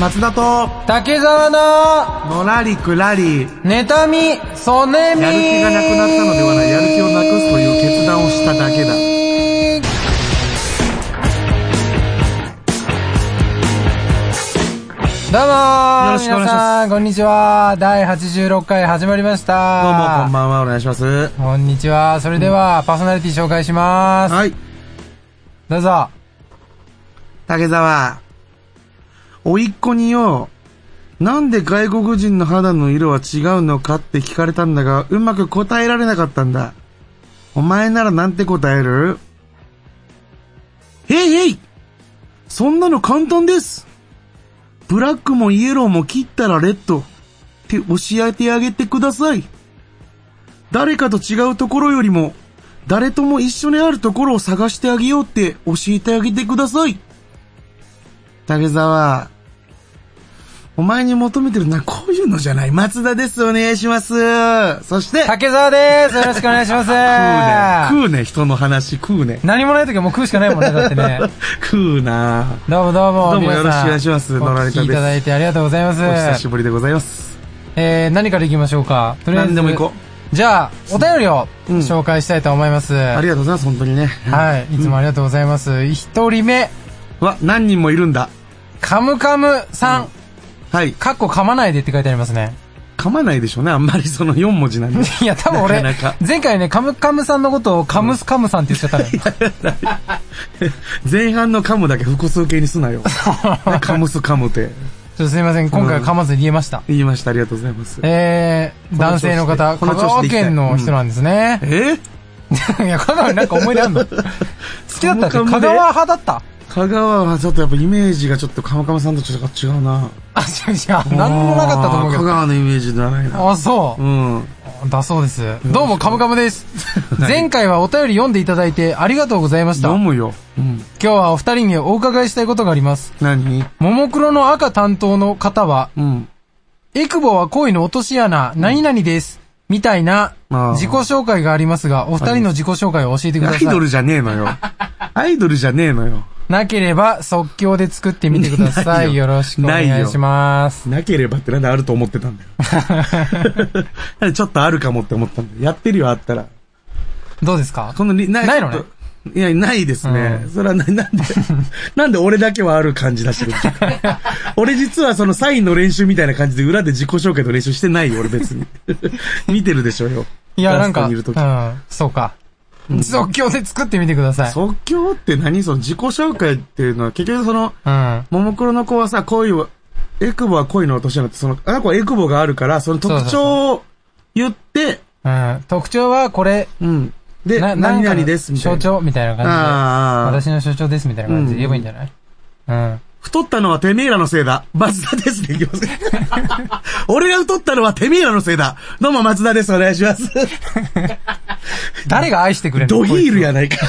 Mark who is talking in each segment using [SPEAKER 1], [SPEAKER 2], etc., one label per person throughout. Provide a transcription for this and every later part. [SPEAKER 1] 松田と、
[SPEAKER 2] 竹沢の、
[SPEAKER 1] のらりくらり、
[SPEAKER 2] 妬み、そねみ。
[SPEAKER 1] やる気がなくなったのではない、やる気をなくすという決断をしただけだ。
[SPEAKER 2] どうもー
[SPEAKER 1] よろしくお願いします
[SPEAKER 2] 皆さん、こんにちは。第86回始まりました。
[SPEAKER 1] どうも、こんばんは、お願いします。
[SPEAKER 2] こんにちは。それでは、パーソナリティ紹介します。
[SPEAKER 1] はい。
[SPEAKER 2] どうぞ。
[SPEAKER 1] 竹沢。おいっ子によ、なんで外国人の肌の色は違うのかって聞かれたんだが、うまく答えられなかったんだ。お前ならなんて答えるへいへいそんなの簡単ですブラックもイエローも切ったらレッドって教えてあげてください。誰かと違うところよりも、誰とも一緒にあるところを探してあげようって教えてあげてください。竹沢、お前に求めてるのはこういうのじゃない。松田です。お願いします。そして、
[SPEAKER 2] 竹沢です。よろしくお願いし ます。
[SPEAKER 1] 食うね。食うね、人の話、食うね。
[SPEAKER 2] 何もない時はもう食うしかないもんね、だって ね。
[SPEAKER 1] 食うな
[SPEAKER 2] どうもどうも。
[SPEAKER 1] どうも
[SPEAKER 2] 皆さん
[SPEAKER 1] よろしくお願いします
[SPEAKER 2] お
[SPEAKER 1] 野良り
[SPEAKER 2] 聞
[SPEAKER 1] た
[SPEAKER 2] き
[SPEAKER 1] です
[SPEAKER 2] いただいてありがとうございます。
[SPEAKER 1] お久しぶりでございます。
[SPEAKER 2] えー、何からいきましょうかとりあえ
[SPEAKER 1] 何
[SPEAKER 2] ず。
[SPEAKER 1] でも行こ
[SPEAKER 2] じゃあ、お便りを
[SPEAKER 1] うん
[SPEAKER 2] 紹介したいと思います。
[SPEAKER 1] ありがとうございます、本当にね。
[SPEAKER 2] はい。いつもありがとうございます。一人目、
[SPEAKER 1] わ、何人もいるんだ。
[SPEAKER 2] カムカムさん。
[SPEAKER 1] はい。
[SPEAKER 2] かっこ噛まないでって書いてあります ね。
[SPEAKER 1] 噛まないでしょうね、あんまりその4文字なん で。
[SPEAKER 2] いや、多分俺、
[SPEAKER 1] なかなか
[SPEAKER 2] 前回ね、カムカムさんのことをカムスカムさんって言っ ちゃったのよ。
[SPEAKER 1] 前半の噛むだけ複数形にす なよ。噛むす噛むって
[SPEAKER 2] ちょっとすいません、今回は噛まずに言えました。
[SPEAKER 1] 言いました。ありがとうございます。
[SPEAKER 2] えー、
[SPEAKER 1] の調
[SPEAKER 2] 男
[SPEAKER 1] 子で
[SPEAKER 2] 性の方、
[SPEAKER 1] こ
[SPEAKER 2] 香
[SPEAKER 1] の調子
[SPEAKER 2] 川
[SPEAKER 1] でいきたい
[SPEAKER 2] 県の人なんですね。
[SPEAKER 1] え
[SPEAKER 2] いや、香川になんか思い出あん の好きだった
[SPEAKER 1] カ
[SPEAKER 2] って、
[SPEAKER 1] ムカムで
[SPEAKER 2] 香川派だった
[SPEAKER 1] 香川はちょっとやっぱイメージがちょっとカマカマさんとちょっと違うな。
[SPEAKER 2] あ、違う違う、なんもなかったと思うけ
[SPEAKER 1] あー香
[SPEAKER 2] ど。
[SPEAKER 1] 川のイメージではないな。
[SPEAKER 2] あ、そう
[SPEAKER 1] う。ん。
[SPEAKER 2] だそうです。どうも、カムカムです。前回はお便り読んでいただいてありがとうございました。
[SPEAKER 1] 飲
[SPEAKER 2] 今
[SPEAKER 1] むよ。うん。
[SPEAKER 2] 日はお二人にお伺いしたいことがあります。
[SPEAKER 1] 何
[SPEAKER 2] ももクロの赤担当の方は、
[SPEAKER 1] うん。
[SPEAKER 2] エクボは恋の落とし穴、何々です。みたいな、
[SPEAKER 1] あー
[SPEAKER 2] 自己紹介がありますが、お二人の自己紹介を教えてく
[SPEAKER 1] ア
[SPEAKER 2] ださ
[SPEAKER 1] イド
[SPEAKER 2] い。
[SPEAKER 1] ルじゃねえの よ。アイドルじゃねえのよ。
[SPEAKER 2] なければ、即興で作ってみてくださ
[SPEAKER 1] ない
[SPEAKER 2] い。
[SPEAKER 1] よ
[SPEAKER 2] よろしくお願いします。
[SPEAKER 1] なければってなんであると思ってたんだよ。 なんでちょっとあるかもって思ったんだよ。やってるよ、あったら。
[SPEAKER 2] どうですか
[SPEAKER 1] このり、な
[SPEAKER 2] ないのね。
[SPEAKER 1] いや、ないですね。
[SPEAKER 2] うん
[SPEAKER 1] それはな、なんで、 なんで俺だけはある感じだし。 俺実はそのサインの練習みたいな感じで裏で自己紹介の練習してないよ、俺別に。 見てるでしょよ。
[SPEAKER 2] いや、なんか、
[SPEAKER 1] ラストに
[SPEAKER 2] う
[SPEAKER 1] いる時
[SPEAKER 2] ん、そうか。即興で作ってみてください。う
[SPEAKER 1] 即興って何その自己紹介っていうのは結局その、
[SPEAKER 2] ん。
[SPEAKER 1] ももクロの子はさ、恋を、エクボは恋の落とし穴って、その、あの子はエクボがあるから、その特徴を言って、
[SPEAKER 2] うん。特徴はこれ、
[SPEAKER 1] うん。で、
[SPEAKER 2] な
[SPEAKER 1] 何
[SPEAKER 2] なんか
[SPEAKER 1] 々
[SPEAKER 2] の
[SPEAKER 1] です、みたいな。
[SPEAKER 2] 象徴みたいな感
[SPEAKER 1] ああ
[SPEAKER 2] じで。私の象徴ですみたいな感じで言えばいいんじゃないうん。
[SPEAKER 1] 太ったのはてめえらのせいだ。松田ですね、いきます。 俺が太ったのはてめえらのせいだ。どうも松田です、お願いし ます。
[SPEAKER 2] 誰が愛してくれるの
[SPEAKER 1] ドヒール
[SPEAKER 2] や。
[SPEAKER 1] やないか。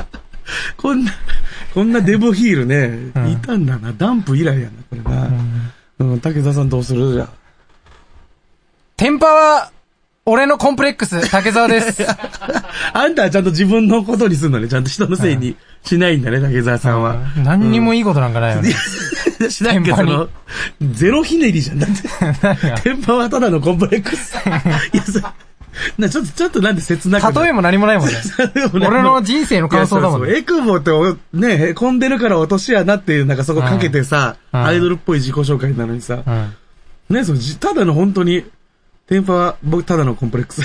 [SPEAKER 1] こんな、こんなデブヒールね、
[SPEAKER 2] うん
[SPEAKER 1] いたんだな。ダンプ以来やな、これな。うん、竹澤さんどうするじゃあ
[SPEAKER 2] テンパは、俺のコンプレックス、竹 沢です。
[SPEAKER 1] あんたはちゃんと自分のことにすんのね。ちゃんと人のせいにしないんだね、竹澤さんは。
[SPEAKER 2] 何にもいいことなんかないよね。
[SPEAKER 1] し ないけど、その、ゼロひねりじゃん。だ って、天パはただのコンプレックス。いや、さ、な、ちょっと、ちょっとなんで切なく
[SPEAKER 2] 例えも何もないも んね。俺の人生の感想だもん
[SPEAKER 1] いや
[SPEAKER 2] ね。
[SPEAKER 1] そうそうエクボってお、ね、へこんでるから落としやなっていう、なんかそこかけてさ、
[SPEAKER 2] うんうん
[SPEAKER 1] アイドルっぽい自己紹介なのにさ、
[SPEAKER 2] うん。
[SPEAKER 1] ね、そのじ、ただの本当に、天パは僕ただのコンプレ ックス。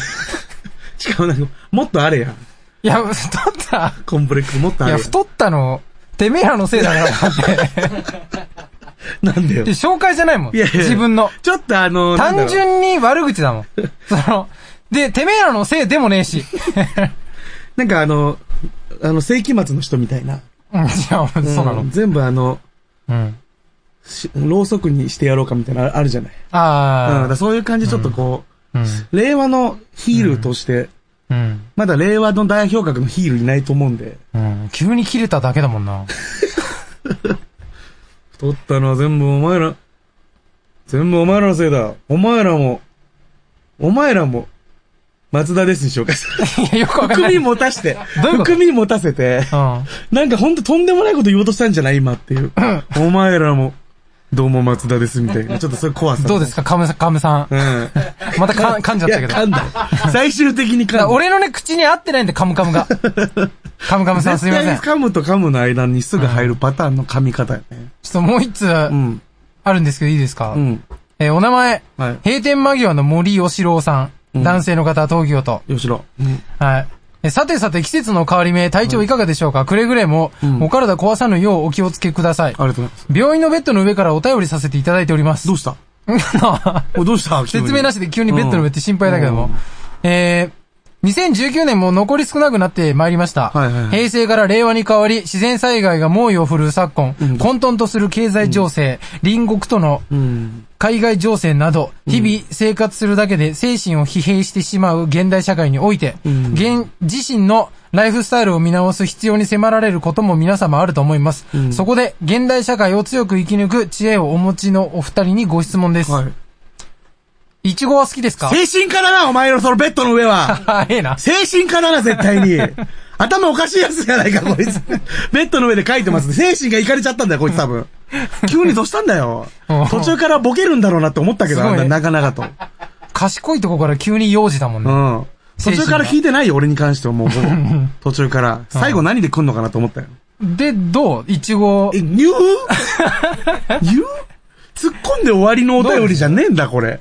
[SPEAKER 1] しかもなんか、もっとあれやん。
[SPEAKER 2] いや、太った。
[SPEAKER 1] コンプレックスもっとあれ
[SPEAKER 2] いや、
[SPEAKER 1] やん。
[SPEAKER 2] 太ったの、てめえらのせいだからって。
[SPEAKER 1] なんだよ
[SPEAKER 2] で、。紹介じゃないもん。
[SPEAKER 1] いやいや
[SPEAKER 2] 自分の。
[SPEAKER 1] ちょっとあの、なんだろ
[SPEAKER 2] 単
[SPEAKER 1] う
[SPEAKER 2] 純に悪口だもん。その、で、てめえらのせいでもねえし。
[SPEAKER 1] なんかあの、あの、世紀末の人みたいな。
[SPEAKER 2] うん、いや、そうなの
[SPEAKER 1] ん。全部あの、
[SPEAKER 2] うん。
[SPEAKER 1] しろうそくにしてやろうかみたいなのあるじゃない。うん。だ
[SPEAKER 2] あ
[SPEAKER 1] からそういう感じちょっとこ
[SPEAKER 2] あ。
[SPEAKER 1] う、令和のヒールとして、
[SPEAKER 2] うん。
[SPEAKER 1] まだ令和の代表格のヒールいないと思うんで。
[SPEAKER 2] うん。急に切れただけだも んな。
[SPEAKER 1] 太ったのは全部お前ら、全部お前らのせいだ。お前らも、お前らも、松田ですに 紹介する。
[SPEAKER 2] いや、よくわかん
[SPEAKER 1] 含
[SPEAKER 2] ない。
[SPEAKER 1] み
[SPEAKER 2] うん。
[SPEAKER 1] 持たして、
[SPEAKER 2] どういうこと
[SPEAKER 1] 含み持たせ て、なんかほんととんでもないこと言おうとしたんじゃない今っていう。お前らも、どうも松田です、みたいな。ちょっとそれ怖さ。
[SPEAKER 2] どうですか、カムさん、カムさん
[SPEAKER 1] う。ん。
[SPEAKER 2] またか噛んじゃっ
[SPEAKER 1] い
[SPEAKER 2] た
[SPEAKER 1] や、
[SPEAKER 2] けど。
[SPEAKER 1] 噛んだ。 最終的に噛んだ。
[SPEAKER 2] 俺のね、口に合ってないんで、カムカムが。カムカムさん
[SPEAKER 1] 絶
[SPEAKER 2] すみませ
[SPEAKER 1] 対
[SPEAKER 2] ん。ちょ
[SPEAKER 1] 噛むと噛むの間にすぐ入るパターンの噛み方やね。
[SPEAKER 2] っともう一つ
[SPEAKER 1] うん。
[SPEAKER 2] あるんですけど、いいですか、
[SPEAKER 1] うん。
[SPEAKER 2] えーお名前、
[SPEAKER 1] はい。
[SPEAKER 2] 閉店間際の森吉郎さん。
[SPEAKER 1] うん
[SPEAKER 2] 男性の方、東京都。
[SPEAKER 1] 吉野。
[SPEAKER 2] はい。えさてさて季節の変わり目、体調いかがでしょうか、くれぐれも、
[SPEAKER 1] うん
[SPEAKER 2] お体壊さぬようお気をつけください。
[SPEAKER 1] ありがとうございます。
[SPEAKER 2] 病院のベッドの上からお便りさせていただいております
[SPEAKER 1] ど。うした
[SPEAKER 2] な
[SPEAKER 1] おどうした
[SPEAKER 2] 説明な
[SPEAKER 1] し。
[SPEAKER 2] しで急にベッドの上って心配だけども。えー、2019年も残り少なくなってまいりました。
[SPEAKER 1] はいはいはい
[SPEAKER 2] 平成から令和に変わり、自然災害が猛威を振るう昨今、
[SPEAKER 1] うん
[SPEAKER 2] 混沌とする経済情勢、隣国との
[SPEAKER 1] うん。
[SPEAKER 2] 海外情勢など、日々生活するだけで精神を疲弊してしまう現代社会において、
[SPEAKER 1] うん
[SPEAKER 2] 現自身のライフスタイルを見直す必要に迫られることも皆様あると思います。
[SPEAKER 1] うん
[SPEAKER 2] そこで、現代社会を強く生き抜く知恵をお持ちのお二人にご質問です。
[SPEAKER 1] はい。
[SPEAKER 2] い。ちごは好きですか
[SPEAKER 1] 精神科だな、お前のそのベッドの上は。
[SPEAKER 2] あ、ええな。
[SPEAKER 1] 精神科だな、絶対に。 頭おかしいやつじゃないか、こいつ。 ベッドの上で書いてます。精神がいかれちゃったんだよ、こいつ多分。急にどうしたんだよ
[SPEAKER 2] うん。
[SPEAKER 1] 途中からボケるんだろうなって思ったけど、
[SPEAKER 2] すごいね
[SPEAKER 1] あんたなかなかと。
[SPEAKER 2] 賢いとこから急に幼児だもん
[SPEAKER 1] う
[SPEAKER 2] ね。
[SPEAKER 1] ん。途中から聞いてないよ、俺に関してはもう ほぼ。途中から。最後何で来んのかなと思ったよ。
[SPEAKER 2] で、どういちご
[SPEAKER 1] え、、 ニューニュー突っ込んで終わりのお便りじゃねえんだ、これ。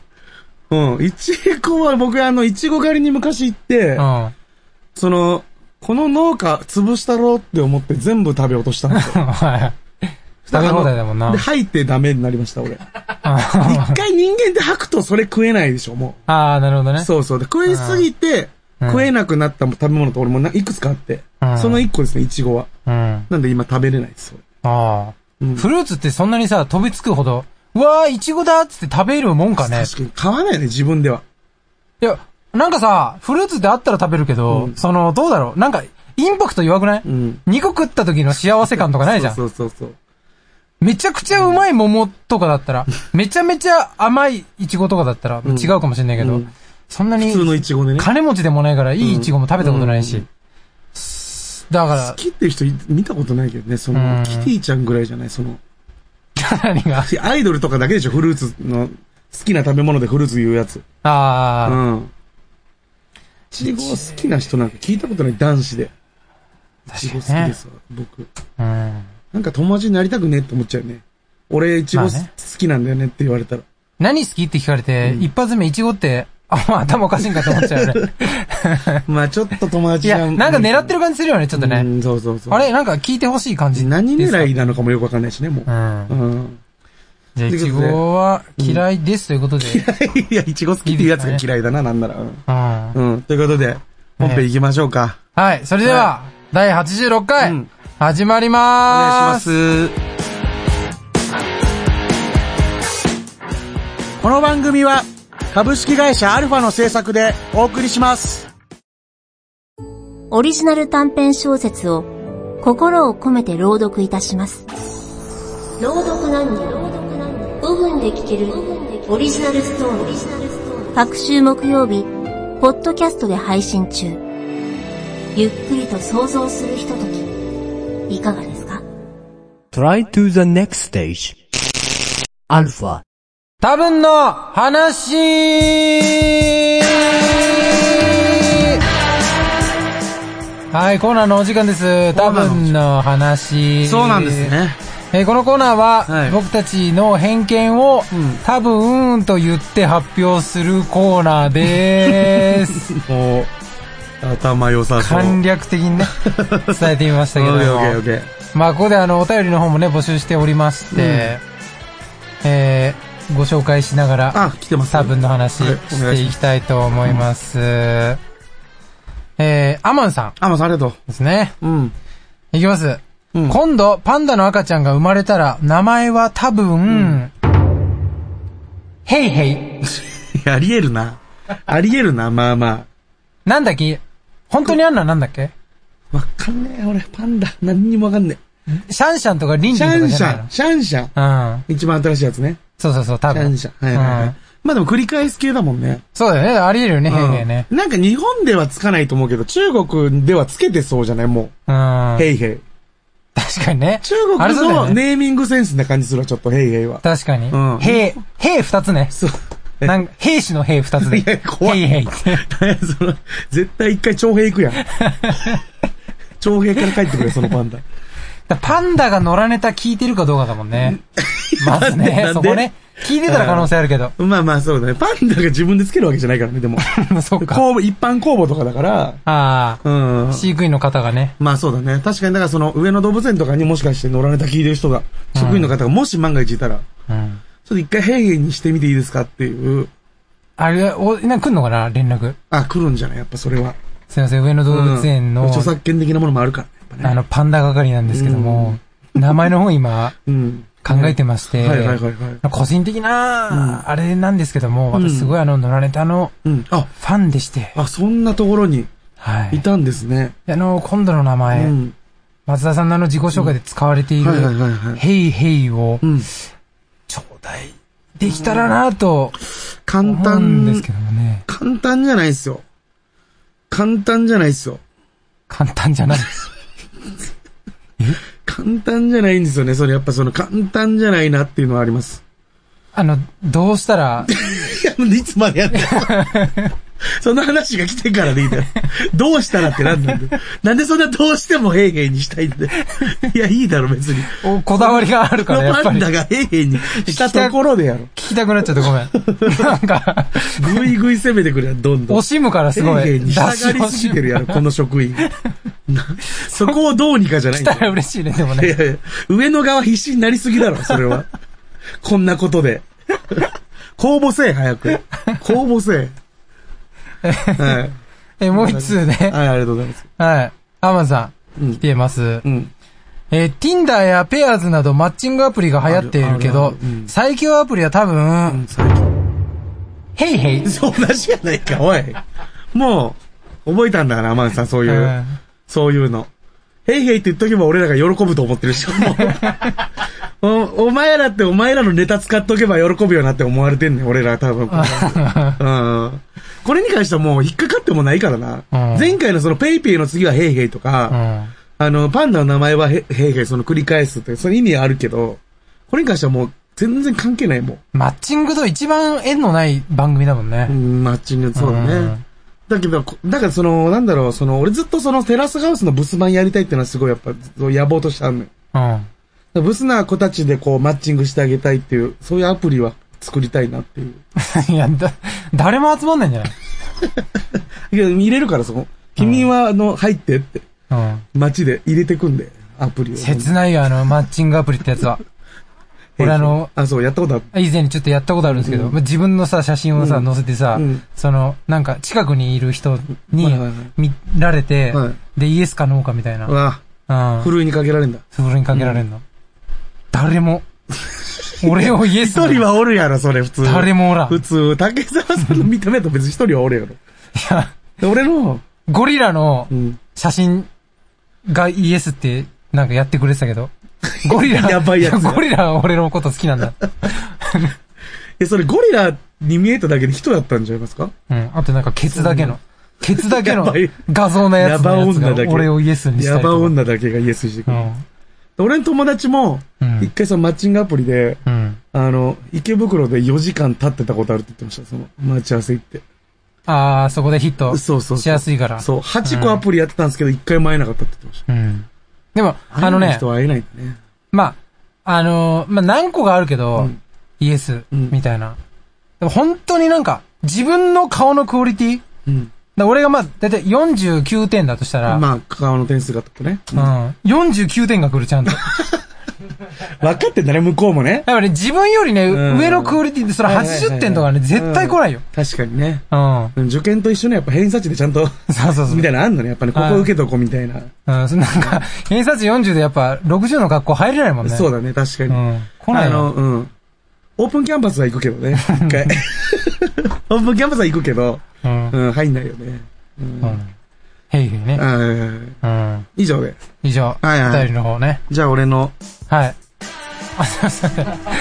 [SPEAKER 1] うん。いちごは、僕あの、いちご狩りに昔行って、
[SPEAKER 2] うん。
[SPEAKER 1] その、この農家潰したろうって思って全部食べ落としたん ですよ。
[SPEAKER 2] はい。食べ放題だもんな
[SPEAKER 1] で、。吐いてダメになりました、俺。
[SPEAKER 2] あ
[SPEAKER 1] 一回人間って吐くとそれ食えないでしょ、も
[SPEAKER 2] あー、なるほど
[SPEAKER 1] う。
[SPEAKER 2] ね。
[SPEAKER 1] そうそう。で、食いすぎて、
[SPEAKER 2] うん
[SPEAKER 1] 食えなくなった食べ物と俺もないくつかあって
[SPEAKER 2] うん、
[SPEAKER 1] その一個ですね、いちごは。
[SPEAKER 2] うん。あ
[SPEAKER 1] なんで今食べれないです、
[SPEAKER 2] あ。
[SPEAKER 1] 俺うん
[SPEAKER 2] フルーツってそんなにさ、飛びつくほど、うわー、いちごだっつって食べるもんかね。
[SPEAKER 1] 確かに買わないよね、自分では。
[SPEAKER 2] いや、なんかさ、フルーツってあったら食べるけど、
[SPEAKER 1] うん
[SPEAKER 2] その、どうだろうなんか、インパクト弱くない、
[SPEAKER 1] うん。
[SPEAKER 2] ?2 個食った時の幸せ感とかないじゃん。
[SPEAKER 1] そうそうそうそう。
[SPEAKER 2] めちゃくちゃうまい桃とかだったら、めちゃめちゃ甘いイチゴとかだったら、
[SPEAKER 1] うん
[SPEAKER 2] 違うかもしれないけど、
[SPEAKER 1] うん
[SPEAKER 2] そんな
[SPEAKER 1] 普通の
[SPEAKER 2] に、
[SPEAKER 1] イチゴでね。好
[SPEAKER 2] 金持ちでもないから、いいイチゴも食べたことないし。
[SPEAKER 1] う
[SPEAKER 2] だか
[SPEAKER 1] きっていう人い見たことないけどね、その、
[SPEAKER 2] うん
[SPEAKER 1] キティちゃんぐらいじゃない、その。
[SPEAKER 2] ら、何が、
[SPEAKER 1] アイドルとかだけでしょ、フルーツの、好きな食べ物でフルーツ言うやつ。
[SPEAKER 2] あ
[SPEAKER 1] う
[SPEAKER 2] あ、
[SPEAKER 1] ん。いちご好きな人なんか聞いたことない男子で。いちご好き
[SPEAKER 2] 確かに
[SPEAKER 1] で
[SPEAKER 2] ね。
[SPEAKER 1] すわ、僕。
[SPEAKER 2] うん。
[SPEAKER 1] なんか友達になりたくねって思っちゃうよね。俺、いちご
[SPEAKER 2] まあ
[SPEAKER 1] 好
[SPEAKER 2] ね
[SPEAKER 1] きなんだよねって言われたら。
[SPEAKER 2] 何好きって聞かれて、
[SPEAKER 1] うん
[SPEAKER 2] 一発目イチゴって、あ、まあ頭おかしいんかと思っちゃうよね。
[SPEAKER 1] まあちょっと友
[SPEAKER 2] い
[SPEAKER 1] 達
[SPEAKER 2] や、なんか狙ってる感じするよね、ちょっと
[SPEAKER 1] う
[SPEAKER 2] ね。
[SPEAKER 1] ん、そうそうそう。
[SPEAKER 2] あれなんか聞いてほしい感じ。
[SPEAKER 1] 何狙
[SPEAKER 2] い
[SPEAKER 1] いなのかもよくわかんないしね、も
[SPEAKER 2] う
[SPEAKER 1] う。
[SPEAKER 2] ん。
[SPEAKER 1] うん。
[SPEAKER 2] じゃあ、
[SPEAKER 1] と
[SPEAKER 2] イ
[SPEAKER 1] い
[SPEAKER 2] チ
[SPEAKER 1] うことで
[SPEAKER 2] ゴは嫌いですということで。
[SPEAKER 1] いや、いちご好きっていうやつが嫌いだな、なんなら。うん
[SPEAKER 2] うん。
[SPEAKER 1] うん。ということで、本編行きましょうか。
[SPEAKER 2] はい、それでは、第86
[SPEAKER 1] う
[SPEAKER 2] 回
[SPEAKER 1] ん、
[SPEAKER 2] 始まり
[SPEAKER 1] お願い
[SPEAKER 2] まー
[SPEAKER 1] し
[SPEAKER 2] す。
[SPEAKER 1] ます。この番組は、株式会社アルファの制作でお送りします。
[SPEAKER 3] オリジナル短編小説を心を込めて朗読いたします。朗読なんで5分で聞けるオリジナルストーリー。各週木曜日、ポッドキャストで配信中。ゆっくりと想像するひととき、いかがですか
[SPEAKER 4] Try to the next stage. Alpha.
[SPEAKER 2] 多分の話はい、コーナーのお時間です。
[SPEAKER 1] コ
[SPEAKER 2] 多
[SPEAKER 1] ーナーのお時間
[SPEAKER 2] 分の話。
[SPEAKER 1] そうなんです。ね。
[SPEAKER 2] えーこのコーナーは、
[SPEAKER 1] はい
[SPEAKER 2] 僕たちの偏見を、
[SPEAKER 1] うん
[SPEAKER 2] 多分と言って発表するコーナーで ーす。
[SPEAKER 1] もう、頭良さそう。
[SPEAKER 2] 簡略的にね、伝えてみました
[SPEAKER 1] オ
[SPEAKER 2] けど
[SPEAKER 1] ッ
[SPEAKER 2] も
[SPEAKER 1] ケーオッケーオッケー。
[SPEAKER 2] まあ、ここであの、お便りの方もね、募集しておりまして、えー、ご紹介しながら、
[SPEAKER 1] あ、来てます。
[SPEAKER 2] 多分の話
[SPEAKER 1] はいお
[SPEAKER 2] し
[SPEAKER 1] 願い
[SPEAKER 2] て
[SPEAKER 1] し
[SPEAKER 2] い
[SPEAKER 1] ま
[SPEAKER 2] き
[SPEAKER 1] す。
[SPEAKER 2] たいと思います。えー、アマンさん
[SPEAKER 1] あ、まあ、ありがと
[SPEAKER 2] ですね。
[SPEAKER 1] う。うん。
[SPEAKER 2] いきます。
[SPEAKER 1] うん
[SPEAKER 2] 今度、パンダの赤ちゃんが生まれたら、名前は多分、ヘイヘイ。
[SPEAKER 1] いやありえるな。ありえるな、まあま
[SPEAKER 2] なんだっけ本当にあんななんだっけ
[SPEAKER 1] あ。わかんねえ、俺、パンダ。何にもわかんね
[SPEAKER 2] シャンシャンとかリ
[SPEAKER 1] え。
[SPEAKER 2] ンリン
[SPEAKER 1] シ
[SPEAKER 2] と
[SPEAKER 1] ャ
[SPEAKER 2] か
[SPEAKER 1] ン
[SPEAKER 2] じ
[SPEAKER 1] シ
[SPEAKER 2] ゃない
[SPEAKER 1] ャ
[SPEAKER 2] の
[SPEAKER 1] ン、シャンシャン。
[SPEAKER 2] うん。
[SPEAKER 1] 一番新しいやつね。
[SPEAKER 2] そうそうそう、多
[SPEAKER 1] シャン
[SPEAKER 2] 分。
[SPEAKER 1] シャン。はいはいは
[SPEAKER 2] うん
[SPEAKER 1] い。まあでも繰り返す系だもんね。
[SPEAKER 2] そうだよね。ありえるよね、ヘイヘイね。
[SPEAKER 1] うんなんか日本ではつかないと思うけど、中国ではつけてそうじゃないも
[SPEAKER 2] うん。
[SPEAKER 1] う。へいへい。
[SPEAKER 2] 確かにね。
[SPEAKER 1] 中
[SPEAKER 2] あれ
[SPEAKER 1] 国
[SPEAKER 2] そうだよ
[SPEAKER 1] の
[SPEAKER 2] ね。
[SPEAKER 1] ネーミングセンスな感じするわ、ちょっと、ヘイヘイは。
[SPEAKER 2] 確かに。
[SPEAKER 1] うん
[SPEAKER 2] 兵、兵二つね。
[SPEAKER 1] そう。
[SPEAKER 2] なんか兵士の兵二つ で。
[SPEAKER 1] いや怖い
[SPEAKER 2] 兵兵って。
[SPEAKER 1] 何やその、 絶対一回徴兵行 くやん。徴兵から帰ってくれ、そのパンダ。
[SPEAKER 2] だパンダが野良ネタ聞いてるかどうかだも んね。まず
[SPEAKER 1] なんで
[SPEAKER 2] ね
[SPEAKER 1] な、ん
[SPEAKER 2] そ
[SPEAKER 1] で
[SPEAKER 2] こね。聞いてたら可能性あるけど。
[SPEAKER 1] まあまあ、そうだね。パンダが自分でつけるわけじゃないからね、でも。
[SPEAKER 2] そうか。
[SPEAKER 1] 公募、一般公募とかだから、
[SPEAKER 2] あ
[SPEAKER 1] う
[SPEAKER 2] あ、
[SPEAKER 1] ん。
[SPEAKER 2] 飼育員の方がね。
[SPEAKER 1] まあそうだね。確かに、だからその上野動物園とかにもしかして乗られた聞いてる人が、
[SPEAKER 2] うん
[SPEAKER 1] 職員の方がもし万が一いたら、ちょ
[SPEAKER 2] うん。
[SPEAKER 1] っと一回平イにしてみていいですかっていう、
[SPEAKER 2] あれ、お、なんか来んのかな連絡。
[SPEAKER 1] あ、来るんじゃないやっぱそれは。
[SPEAKER 2] すいません、上野動物園
[SPEAKER 1] うん
[SPEAKER 2] の、
[SPEAKER 1] 著作権的なものもあるから、やっぱね。
[SPEAKER 2] あの、パンダ係なんですけども、名前の方今、
[SPEAKER 1] うん。
[SPEAKER 2] 考えてまして、
[SPEAKER 1] はいはいはいはい。
[SPEAKER 2] 個人的な、
[SPEAKER 1] うん
[SPEAKER 2] あれなんですけども、
[SPEAKER 1] うん
[SPEAKER 2] 私すごいあの、野良ネタの
[SPEAKER 1] うん。あ、
[SPEAKER 2] ファンでして、
[SPEAKER 1] あ、そんなところに
[SPEAKER 2] はいい。
[SPEAKER 1] たんですね。
[SPEAKER 2] あの、今度の名前、
[SPEAKER 1] うん。
[SPEAKER 2] 松田さんのあの自己紹介で使われてい
[SPEAKER 1] はいはい
[SPEAKER 2] る、
[SPEAKER 1] はいはい。
[SPEAKER 2] ヘイヘイを
[SPEAKER 1] う、ん。
[SPEAKER 2] 頂戴できたらなと、
[SPEAKER 1] 簡
[SPEAKER 2] 思う
[SPEAKER 1] 単
[SPEAKER 2] んですけどもね、
[SPEAKER 1] 簡単じゃないですよ。簡単じゃないですよ。
[SPEAKER 2] 簡単じゃない。
[SPEAKER 1] 簡単じゃないんですよね。それやっぱその簡単じゃないなっていうのはあります。
[SPEAKER 2] あの、どうしたら、
[SPEAKER 1] いや、いつまでや ってんのその話が来てからでいいんだよ。どうしたらってなんなんだよ。なんでそんなどうしても平平にしたいん だよ。いや、いいだろ、別に。
[SPEAKER 2] おこだわりがある から、やっぱ
[SPEAKER 1] パン
[SPEAKER 2] り。
[SPEAKER 1] ダ
[SPEAKER 2] 聞
[SPEAKER 1] が平平にしたところでやろ。
[SPEAKER 2] きたくなっちゃってごめん。なんか、
[SPEAKER 1] ぐいぐい攻めてくるやん、どんどん
[SPEAKER 2] 惜。しむからすご
[SPEAKER 1] 平
[SPEAKER 2] い。
[SPEAKER 1] 平に従りすぎてるやろ、 この職員。なそこをどうにかじゃないんだ
[SPEAKER 2] 出し
[SPEAKER 1] よ
[SPEAKER 2] たら嬉しいね、でも
[SPEAKER 1] いや
[SPEAKER 2] ね。
[SPEAKER 1] いや上の側必死になりすぎだろ、それは。こんなこと で。公募せえ、早く。公募せ え。はい。
[SPEAKER 2] え、もう一通ね。
[SPEAKER 1] はい、ありがとうございます。
[SPEAKER 2] はい。アマンさ、
[SPEAKER 1] うん
[SPEAKER 2] 来
[SPEAKER 1] ん。
[SPEAKER 2] てます
[SPEAKER 1] う。ん。
[SPEAKER 2] えー Tinder や Pairs などマッチングアプリが流行っているけ
[SPEAKER 1] あ
[SPEAKER 2] ど
[SPEAKER 1] るあるあるう、ん
[SPEAKER 2] 最強アプリは多分、
[SPEAKER 1] 最近。
[SPEAKER 2] ヘイヘイ。
[SPEAKER 1] そう、同じやないか、おい。もう、覚えたんだから、アマンさん、そういうう、
[SPEAKER 2] ん
[SPEAKER 1] そういうの。ヘイヘイって言っとけば俺らが喜ぶと思ってるし、 もうおお前らってお前らのネタ使っとけば喜ぶよなって思われてんねん、俺ら多分。うんこれに関してはもう引っかかってもないからな。
[SPEAKER 2] うん
[SPEAKER 1] 前回のそのペイペイの次はヘイヘイと
[SPEAKER 2] う
[SPEAKER 1] か、
[SPEAKER 2] ん。
[SPEAKER 1] あの、パンダの名前はヘヘイヘイその繰り返すって、その意味はあるけど、これに関してはもう全然関係ないもん。
[SPEAKER 2] マッチングと一番縁のない番組だもん
[SPEAKER 1] う
[SPEAKER 2] ね。
[SPEAKER 1] ん、マッチング、そうだね。
[SPEAKER 2] うん
[SPEAKER 1] だけど、こだからその、なんだろう、その、俺ずっとそのテラスハウスのブスマンやりたいってのはすごいやっぱ、そう野望としてあんのよ。
[SPEAKER 2] うん。
[SPEAKER 1] だからブスな子たちでこう、マッチングしてあげたいっていう、そういうアプリは作りたいなっていう。
[SPEAKER 2] いや、だ、誰も集まんないんじゃない
[SPEAKER 1] いや、入れるからそこ。君は、あの、入ってって、
[SPEAKER 2] うん。
[SPEAKER 1] 街で入れてくんで、アプリを。
[SPEAKER 2] 切ないよ、あの、マッチングアプリってやつは。俺あの、
[SPEAKER 1] あ、そう、やったことある。
[SPEAKER 2] 以前にちょっとやったことあるんですけど、
[SPEAKER 1] うん
[SPEAKER 2] まあ自分のさ、写真をさ、
[SPEAKER 1] うん
[SPEAKER 2] 載せてさ、
[SPEAKER 1] うん
[SPEAKER 2] その、なんか、近くにいる人に
[SPEAKER 1] はいはいはい、
[SPEAKER 2] 見られて、
[SPEAKER 1] は
[SPEAKER 2] で、イエスかノーかみたいな。
[SPEAKER 1] うわ、
[SPEAKER 2] うん。
[SPEAKER 1] ふるいにかけられんだ。
[SPEAKER 2] それにかけられんの。誰も。俺をイエス
[SPEAKER 1] 一
[SPEAKER 2] に
[SPEAKER 1] 人はおるやろ、それ、普通。
[SPEAKER 2] 誰もおらん。
[SPEAKER 1] 普
[SPEAKER 2] い
[SPEAKER 1] 通、竹沢さんの見た目と別に一人はおるやろ。
[SPEAKER 2] や、
[SPEAKER 1] で俺の、
[SPEAKER 2] ゴリラの
[SPEAKER 1] うん。
[SPEAKER 2] 写真がイエスって、なんかやってくれてたけど。ゴリ ラ、
[SPEAKER 1] やばいやつ
[SPEAKER 2] ゴリラは俺のこと好きなんだ。
[SPEAKER 1] え、それゴリラに見えただけで人やったんちゃいますか
[SPEAKER 2] うん。あとなんかケツだけの。ケツだけの
[SPEAKER 1] やばい
[SPEAKER 2] 画像のや
[SPEAKER 1] ヤ
[SPEAKER 2] つ
[SPEAKER 1] バ
[SPEAKER 2] のやつ
[SPEAKER 1] 女
[SPEAKER 2] が
[SPEAKER 1] だけ。
[SPEAKER 2] 俺をイエスにした
[SPEAKER 1] ヤ
[SPEAKER 2] りと
[SPEAKER 1] バ
[SPEAKER 2] か。
[SPEAKER 1] 女だけがイエスしてく
[SPEAKER 2] う
[SPEAKER 1] る。
[SPEAKER 2] ん。
[SPEAKER 1] 俺の友達も
[SPEAKER 2] うん、
[SPEAKER 1] 一回そのマッチングアプリで、
[SPEAKER 2] うん。
[SPEAKER 1] あの、池袋で4時間経ってたことあるって言ってました、その、待ち合わせ行って。
[SPEAKER 2] ああ、そこでヒット
[SPEAKER 1] そうそうそう
[SPEAKER 2] しやすいから。
[SPEAKER 1] そう、8個アプリやってたんですけど、一回も会えなかったって言ってまし
[SPEAKER 2] うん。でも、
[SPEAKER 1] た。
[SPEAKER 2] あ
[SPEAKER 1] 会え
[SPEAKER 2] の
[SPEAKER 1] ない
[SPEAKER 2] ね
[SPEAKER 1] 人、は会えないんだね。
[SPEAKER 2] まあ、あのーまあ、何個があるけど、
[SPEAKER 1] うん
[SPEAKER 2] イエス、
[SPEAKER 1] うん
[SPEAKER 2] みたいな。でも本当になんか、自分の顔のクオリティだか
[SPEAKER 1] うん。
[SPEAKER 2] ら俺がまあ、だいたい49点だとしたら、
[SPEAKER 1] まあ、顔の点数がとかね。
[SPEAKER 2] うん。49点が来る、ちゃんと。
[SPEAKER 1] 分かってんだね、向こうもね。
[SPEAKER 2] やっぱね、自分よりね、
[SPEAKER 1] うん
[SPEAKER 2] 上のクオリティで、それ
[SPEAKER 1] はいはいはいはい
[SPEAKER 2] 80点とかね、絶対来ないよ。
[SPEAKER 1] 確かにね。
[SPEAKER 2] うん。
[SPEAKER 1] 受験と一緒のやっぱ偏差値でちゃんと、
[SPEAKER 2] そうそうそう
[SPEAKER 1] みたいなのあんのね。やっぱね、こ
[SPEAKER 2] はい
[SPEAKER 1] こ受けとこうみたいな。
[SPEAKER 2] うん、そなんか、偏差値40でやっぱ、60の学校入れないもんね。
[SPEAKER 1] そう
[SPEAKER 2] う
[SPEAKER 1] だね、確かに。
[SPEAKER 2] うん。来な
[SPEAKER 1] あ
[SPEAKER 2] いよ。
[SPEAKER 1] の、うん。オープンキャンパスは行くけど ね、一回。オープンキャンパスは行くけど、
[SPEAKER 2] うん。
[SPEAKER 1] うん、入んないよね。
[SPEAKER 2] うん。へいへいね。
[SPEAKER 1] うん
[SPEAKER 2] うん。
[SPEAKER 1] 以上で。
[SPEAKER 2] 以上、
[SPEAKER 1] はいはい
[SPEAKER 2] お便りの方ね。
[SPEAKER 1] じゃあ俺の、
[SPEAKER 2] はい。あ、すいません。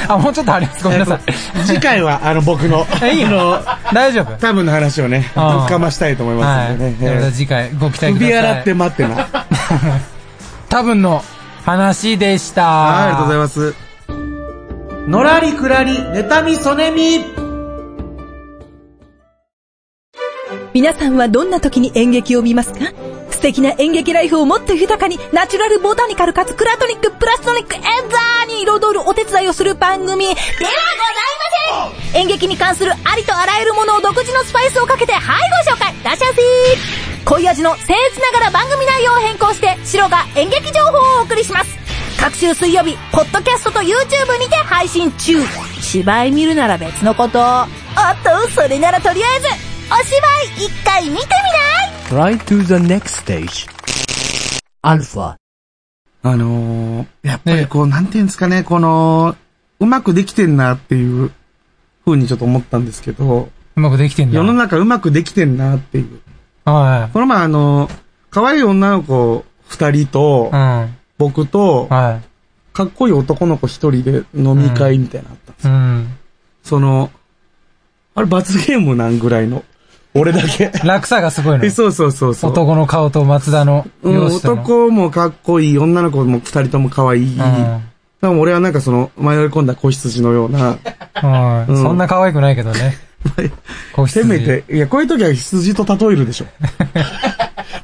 [SPEAKER 2] あ、もうちょっとあります。ごめんなさい。
[SPEAKER 1] 次回はあの僕の、
[SPEAKER 2] え、 いいの大丈夫
[SPEAKER 1] 多分の話をね、ぶっ
[SPEAKER 2] あー
[SPEAKER 1] かましたいと思いま
[SPEAKER 2] は
[SPEAKER 1] す
[SPEAKER 2] い。
[SPEAKER 1] んでね
[SPEAKER 2] じゃあまた。次回ご期待ください。
[SPEAKER 1] 首洗って待ってな。
[SPEAKER 2] 多分の話でした。
[SPEAKER 1] はい、ありがとうございます。のらりくらり、妬みそねみ。
[SPEAKER 5] 皆さんはどんな時に演劇を見ますか素敵な演劇ライフをもっと豊かに、ナチュラルボタニカルかつクラトニック、プラストニック、エンザーに彩るお手伝いをする番組ではございません演劇に関するありとあらゆるものを独自のスパイスをかけて、はいご紹介ラシャシー濃い味の僭越ながら番組内容を変更して、白が演劇情報をお送りします各週水曜日、ポッドキャストと YouTube にて配信中芝居見るなら別のこと。おっと、それならとりあえず、お芝居一回見てみない
[SPEAKER 4] Try to the next stage. Alpha.
[SPEAKER 1] あのー、やっぱりこう、なんていうんですかね、この、うまくできてんなっていう風にちょっと思ったんですけど、
[SPEAKER 2] うまくできてんだ。
[SPEAKER 1] 世の中うまくできてんなっていう。
[SPEAKER 2] は
[SPEAKER 1] この前あの、可愛い女の子二人と
[SPEAKER 2] い。う、ん。
[SPEAKER 1] 僕と、
[SPEAKER 2] は
[SPEAKER 1] かっこいい男の子一人で飲み会みたいなのあったんです
[SPEAKER 2] い。う
[SPEAKER 1] よ
[SPEAKER 2] ん。
[SPEAKER 1] その、あれ罰ゲームなんぐらいの、俺だけ。
[SPEAKER 2] 落差がすごいの
[SPEAKER 1] え。 そうそうそうそう。
[SPEAKER 2] 男の顔と松田の
[SPEAKER 1] うん、
[SPEAKER 2] 容姿との。
[SPEAKER 1] 男もかっこいい、女の子も二人とも可愛い。
[SPEAKER 2] うん。
[SPEAKER 1] でも俺はなんかその、迷い込んだ子羊のような、
[SPEAKER 2] うん
[SPEAKER 1] うん
[SPEAKER 2] そんな可愛くないけどね。 個室
[SPEAKER 1] せめ。て、いや、こういう時は羊と例えるで しょ。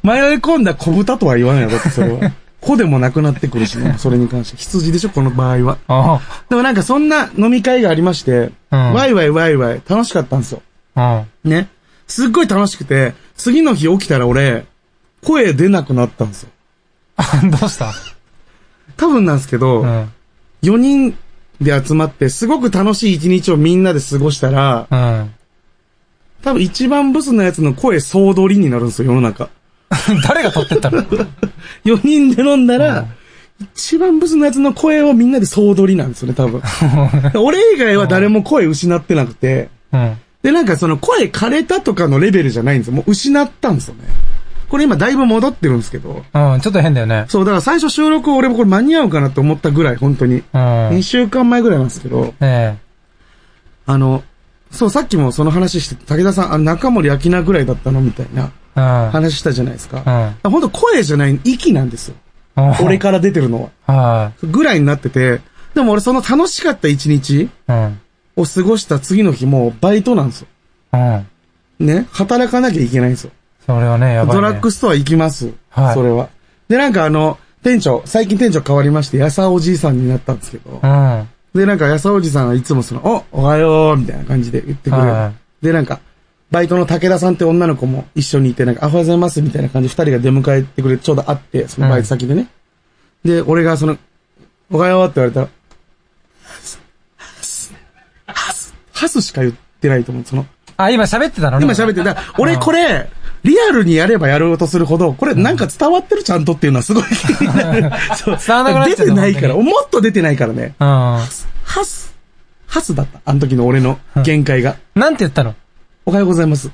[SPEAKER 1] 迷い込んだ子豚とは言わないよ、だってそれは。子でもなくなってくるしね、それに関して。羊でしょ、この場合は。
[SPEAKER 2] あ
[SPEAKER 1] でもなんかそんな飲み会がありまして、
[SPEAKER 2] うん
[SPEAKER 1] ワイワイワイワイ楽しかったんですよ。
[SPEAKER 2] あ。うん。
[SPEAKER 1] ね。すっごい楽しくて、次の日起きたら俺、声出なくなったんですよ。
[SPEAKER 2] どうした
[SPEAKER 1] 多分なんですけど、
[SPEAKER 2] うん。
[SPEAKER 1] 4人で集まって、すごく楽しい一日をみんなで過ごしたら、
[SPEAKER 2] うん。
[SPEAKER 1] 多分一番ブスのやつの声総取りになるんですよ、世の中。
[SPEAKER 2] 誰が撮ってったの
[SPEAKER 1] 4人で飲んだら、一番ブスのやつの声をみんなで総取りなんですよね、 多分。俺以外は誰も声失ってなくて、
[SPEAKER 2] うん。
[SPEAKER 1] で、なんかその声枯れたとかのレベルじゃないんですよ。もう失ったんですよね。これ今だいぶ戻ってるんですけど。
[SPEAKER 2] うん、ちょっと変だよね。
[SPEAKER 1] そう、だから最初収録俺もこれ間に合うかなと思ったぐらい、本当に。
[SPEAKER 2] う
[SPEAKER 1] 2
[SPEAKER 2] ん。
[SPEAKER 1] 週間前ぐらいなんですけど、
[SPEAKER 2] ええ。
[SPEAKER 1] あの、そう、さっきもその話して、武田さん、あ中森明菜ぐらいだったのみたいな
[SPEAKER 2] うん。
[SPEAKER 1] 話したじゃないですか。
[SPEAKER 2] うん。
[SPEAKER 1] 本当声じゃない、息なんですよ。俺から出てるのは。
[SPEAKER 2] は
[SPEAKER 1] ぐらいになってて、でも俺その楽しかった一日
[SPEAKER 2] い。うん。
[SPEAKER 1] を過ごした次の日もうバイトなんですよ。
[SPEAKER 2] うん。
[SPEAKER 1] ね、働かなきゃいけないんですよ。
[SPEAKER 2] それはね、やばい。
[SPEAKER 1] ドラッグ
[SPEAKER 2] ス。
[SPEAKER 1] ストア行きます。
[SPEAKER 2] はい
[SPEAKER 1] それは。で、なんかあの、店長、最近店長変わりまして、やさおじいさんになったんですけど
[SPEAKER 2] う、ん。
[SPEAKER 1] で、なんかやさおじさんはいつもその、お、おはよう、みたいな感じで言ってくれる
[SPEAKER 2] は。
[SPEAKER 1] で、なんか、バイトの武田さんって女の子も一緒にいて、なんか、おはようございます、みたいな感じで二人が出迎えてくれて、ちょうど会って、そのバイト先でね。で、俺がその、おはようって言われたら、ハス、ハス、ハスしか言ってないと思う。その、
[SPEAKER 2] あ、今喋ってたの
[SPEAKER 1] 今喋って、だから俺これ、リアルにやればやろうとするほど、これなんか伝わってるちゃんとっていうのはすごい気になる。 そう
[SPEAKER 2] 伝わらなくなっち
[SPEAKER 1] 出
[SPEAKER 2] ゃう
[SPEAKER 1] て
[SPEAKER 2] の
[SPEAKER 1] ないから、
[SPEAKER 2] 本
[SPEAKER 1] もっと出てないからね。
[SPEAKER 2] う
[SPEAKER 1] ハス、ハスだった。あの時の俺の限界が。
[SPEAKER 2] ん。なんて言ったの
[SPEAKER 1] おはようございます。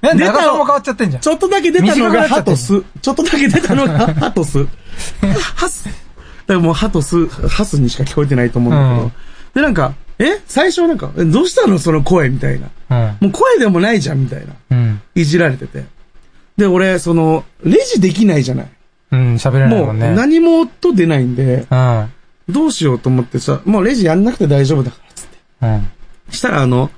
[SPEAKER 2] なんで
[SPEAKER 1] 出た
[SPEAKER 2] 長さも変わっちゃってんじゃん
[SPEAKER 1] ち。ょっとだけ出たのが
[SPEAKER 2] 短くなっちゃ
[SPEAKER 1] ハ
[SPEAKER 2] ってる
[SPEAKER 1] トス。ちょっとだけ出たのがハト ス。ハス。だからもうハトス、ハスにしか聞こえてないと思うんだけど。
[SPEAKER 2] うん
[SPEAKER 1] で、なんか、え最初なんか、えどうしたのその声みたいな。
[SPEAKER 2] う
[SPEAKER 1] も
[SPEAKER 2] ん。
[SPEAKER 1] う声でもないじゃんみたいな。
[SPEAKER 2] うん。
[SPEAKER 1] いじられてて。で、俺、その、レジできないじゃない。
[SPEAKER 2] うん、喋れない
[SPEAKER 1] も
[SPEAKER 2] も
[SPEAKER 1] うん
[SPEAKER 2] ね。
[SPEAKER 1] 何も音出ないんで、
[SPEAKER 2] うん。
[SPEAKER 1] どうしようと思ってさ、もうレジやんなくて大丈夫だから、つって。
[SPEAKER 2] うん。
[SPEAKER 1] したらあの、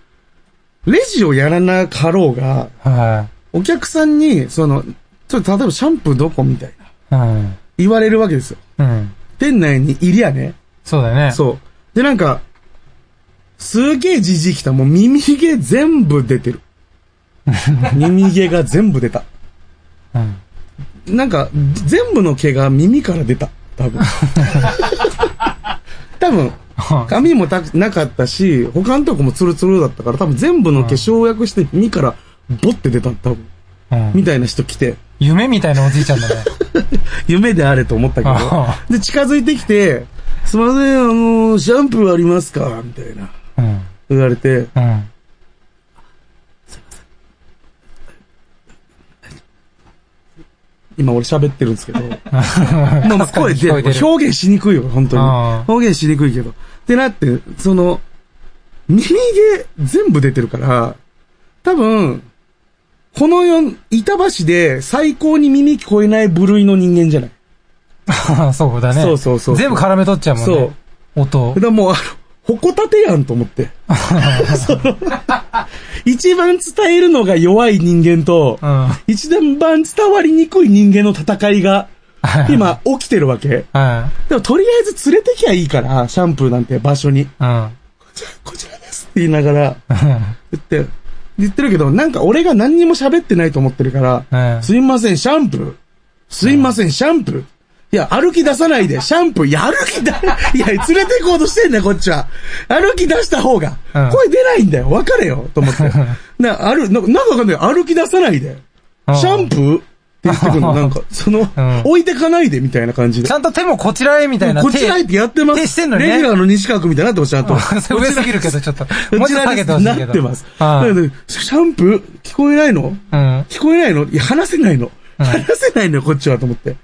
[SPEAKER 1] レジをやらなかろうが、
[SPEAKER 2] は
[SPEAKER 1] お客さんに、その、ちょっと例えばシャンプーどこみたいな、
[SPEAKER 2] い。うん。
[SPEAKER 1] 言われるわけですよ。
[SPEAKER 2] うん。
[SPEAKER 1] 店内にいりゃね。
[SPEAKER 2] そうだよね。
[SPEAKER 1] そう。で、なんか、すげえじじい来た。もう耳毛全部出てる。耳毛が全部出た。
[SPEAKER 2] うん。
[SPEAKER 1] なんか、全部の毛が耳から出た。多分。多分、髪もたなかったし、他のとこもツルツルだったから、多分全部の毛生薬して耳からボって出た。多分。
[SPEAKER 2] うん。
[SPEAKER 1] みたいな人来て、
[SPEAKER 2] 夢みたいなおじいちゃんだね。
[SPEAKER 1] 夢であれと思ったけど
[SPEAKER 2] あ。
[SPEAKER 1] で、近づいてきて、すいません、あのーシャンプーありますかみたいな。
[SPEAKER 2] うん。
[SPEAKER 1] 言われて、
[SPEAKER 2] うん。
[SPEAKER 1] 今俺喋ってるんですけ ど。もう声出
[SPEAKER 2] 聞こえて
[SPEAKER 1] る。
[SPEAKER 2] る
[SPEAKER 1] 表現しにくいよ、本当に
[SPEAKER 2] あ。ー
[SPEAKER 1] 表現しにくいけど。ってなって、その、耳毛全部出てるから、多分、この世、板橋で最高に耳聞こえない部類の人間じゃない。
[SPEAKER 2] そうだね。
[SPEAKER 1] そうそうそう
[SPEAKER 2] 全部絡め取っちゃうもんね。音
[SPEAKER 1] だか。らもう、あの、ほこたてやんと思 って。その 一番伝えるのが弱い人間と、
[SPEAKER 2] うん。
[SPEAKER 1] 一番伝わりにくい人間の戦いが、今起きてるわけ。
[SPEAKER 2] は
[SPEAKER 1] でもとりあえず連れてきゃいいから、シャンプーなんて場所に。
[SPEAKER 2] い。うん。
[SPEAKER 1] こちら、こちらですって言いながら、言って、言ってるけど、なんか俺が何にも喋ってないと思ってるか
[SPEAKER 2] うん
[SPEAKER 1] ら、すいません、シャンプー。すいません、シャンプー。いや、歩き出さないで、シャンプ ー、いや、歩きだ、いや、連れて行こうとしてんだよ、こっちは。歩き出した方が
[SPEAKER 2] うん、
[SPEAKER 1] 声出ないんだよ、分かれよ、と思って。な、ある、ななんかわかんない、歩き出さないで、
[SPEAKER 2] うん
[SPEAKER 1] シャンプーって言ってくる の、なんか、その
[SPEAKER 2] ん、
[SPEAKER 1] 置いてかないで、みたいな感じで
[SPEAKER 2] ち。ゃんと手もこちらへみたいな。
[SPEAKER 1] こっちらへってやってます。
[SPEAKER 2] 手してんのにね
[SPEAKER 1] レギュラーの西川君みたいになってました、ちゃんと。
[SPEAKER 2] 上すぎるけど、ちょっと。も
[SPEAKER 1] こ
[SPEAKER 2] う
[SPEAKER 1] ち
[SPEAKER 2] ちょっ
[SPEAKER 1] ら
[SPEAKER 2] と下
[SPEAKER 1] で
[SPEAKER 2] げ
[SPEAKER 1] す
[SPEAKER 2] てほしいけ
[SPEAKER 1] な
[SPEAKER 2] ど。
[SPEAKER 1] ってます。
[SPEAKER 2] は。
[SPEAKER 1] ないのでシャンプー聞こえないの
[SPEAKER 2] うん。
[SPEAKER 1] 聞こえないのいや、話せないの。話せないのよ、こっちは、と思って。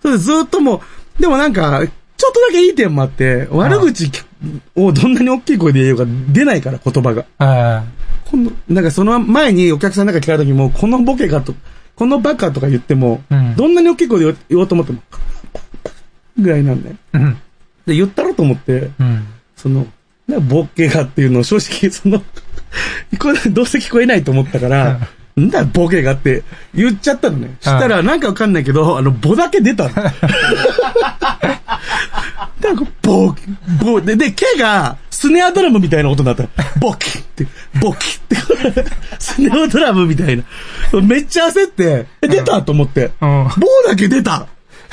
[SPEAKER 1] それでずっともう、でもなんか、ちょっとだけいい点もあって、悪口をどんなに大きい声で言うか出ないから、言葉が。
[SPEAKER 2] は
[SPEAKER 1] この、なんかその前にお客さんなんか聞かれた時も、このボケがと、このバカとか言っても、
[SPEAKER 2] うん
[SPEAKER 1] どんなに大きい声で言おう言おうと思っても、ぐらいなんだよ。
[SPEAKER 2] い。うん。
[SPEAKER 1] で、言ったろと思って、
[SPEAKER 2] うん。
[SPEAKER 1] その、なボケがっていうのを正直、その、 これどうせ聞こえないと思ったから、なんだボケがって言っちゃったのね。したら、なんかわかんないけど、あの、ボだけ出たの。なんか、ボケ、ボ、で、で、毛が、スネアドラムみたいな音になったの。ボキって、ボキって、 スネアドラムみたいな。めっちゃ焦って、え出たと思って。
[SPEAKER 2] う
[SPEAKER 1] 棒
[SPEAKER 2] ん
[SPEAKER 1] だけ出た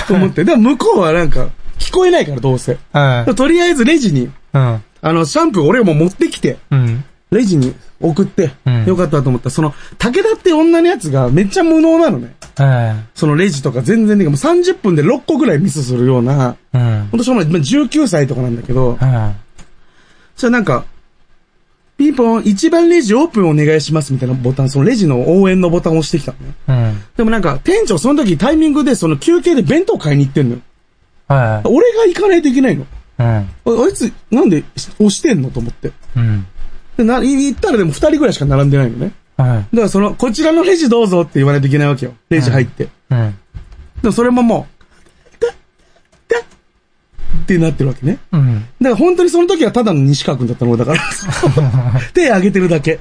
[SPEAKER 1] と思って。でも向こうはなんか、聞こえないからどうせ。
[SPEAKER 2] はい。
[SPEAKER 1] とりあえずレジに、
[SPEAKER 2] うん。
[SPEAKER 1] あの、シャンプー俺がもう持ってきて、
[SPEAKER 2] うん。
[SPEAKER 1] レジに送って
[SPEAKER 2] うん、
[SPEAKER 1] よかったと思った。その、武田って女のやつがめっちゃ無能なのね。
[SPEAKER 2] は
[SPEAKER 1] そのレジとか全然できないもう30分で6個ぐらいミスするような、
[SPEAKER 2] い。うん。
[SPEAKER 1] ほんとしょうもない、まあ19歳とかなんだけど、
[SPEAKER 2] は
[SPEAKER 1] じゃあなんか、ピンポン、一番レジオープンお願いしますみたいなボタン、そのレジの応援のボタンを押してきたのね。
[SPEAKER 2] い。うん。
[SPEAKER 1] でもなんか、店長その時タイミングでその休憩で弁当買いに行ってんのよ。
[SPEAKER 2] は
[SPEAKER 1] 俺が行かないといけないの。
[SPEAKER 2] い。うん。
[SPEAKER 1] ああいつ、なんで押してんのと思って。
[SPEAKER 2] うん。
[SPEAKER 1] で、な、行ったらでも二人ぐらいしか並んでないのね。
[SPEAKER 2] はい。
[SPEAKER 1] だからその、こちらのレジどうぞって言わないといけないわけよ。レジ入って。
[SPEAKER 2] うん。
[SPEAKER 1] でもそれももう、だ、だ、ってなってるわけね。
[SPEAKER 2] うん。
[SPEAKER 1] だから本当にその時はただの西川くんだったの俺だから。 手挙げてるだけ。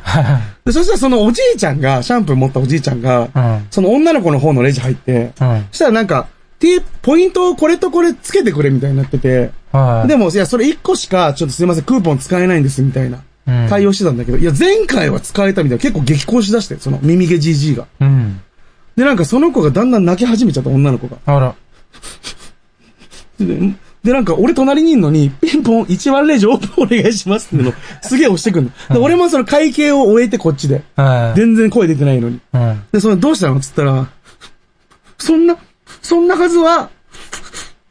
[SPEAKER 1] でそしたらそのおじいちゃんが、シャンプー持ったおじいちゃんが、
[SPEAKER 2] うん
[SPEAKER 1] その女の子の方のレジ入って、
[SPEAKER 2] うん
[SPEAKER 1] そしたらなんか、ティーポイントをこれとこれつけてくれみたいになってて、
[SPEAKER 2] はい。
[SPEAKER 1] でも、いや、それ1個しか、ちょっとすいません、クーポン使えないんです、みたいな
[SPEAKER 2] うん。
[SPEAKER 1] 対応してたんだけど、いや、前回は使えたみたいな、結構激高しだして、その、耳毛じじいが。
[SPEAKER 2] うん。
[SPEAKER 1] で、なんかその子がだんだん泣き始めちゃった、女の子が。
[SPEAKER 2] あら。
[SPEAKER 1] で、でなんか俺隣にいんのに、ピンポン1番レジオープンお願いしますっていうの、すげえ押してくんの。で、俺もその会計を終えてこっちで。
[SPEAKER 2] はい。
[SPEAKER 1] 全然声出てないのに。
[SPEAKER 2] うん。
[SPEAKER 1] で、それどうしたのっつったら、そんな、そんなはずは、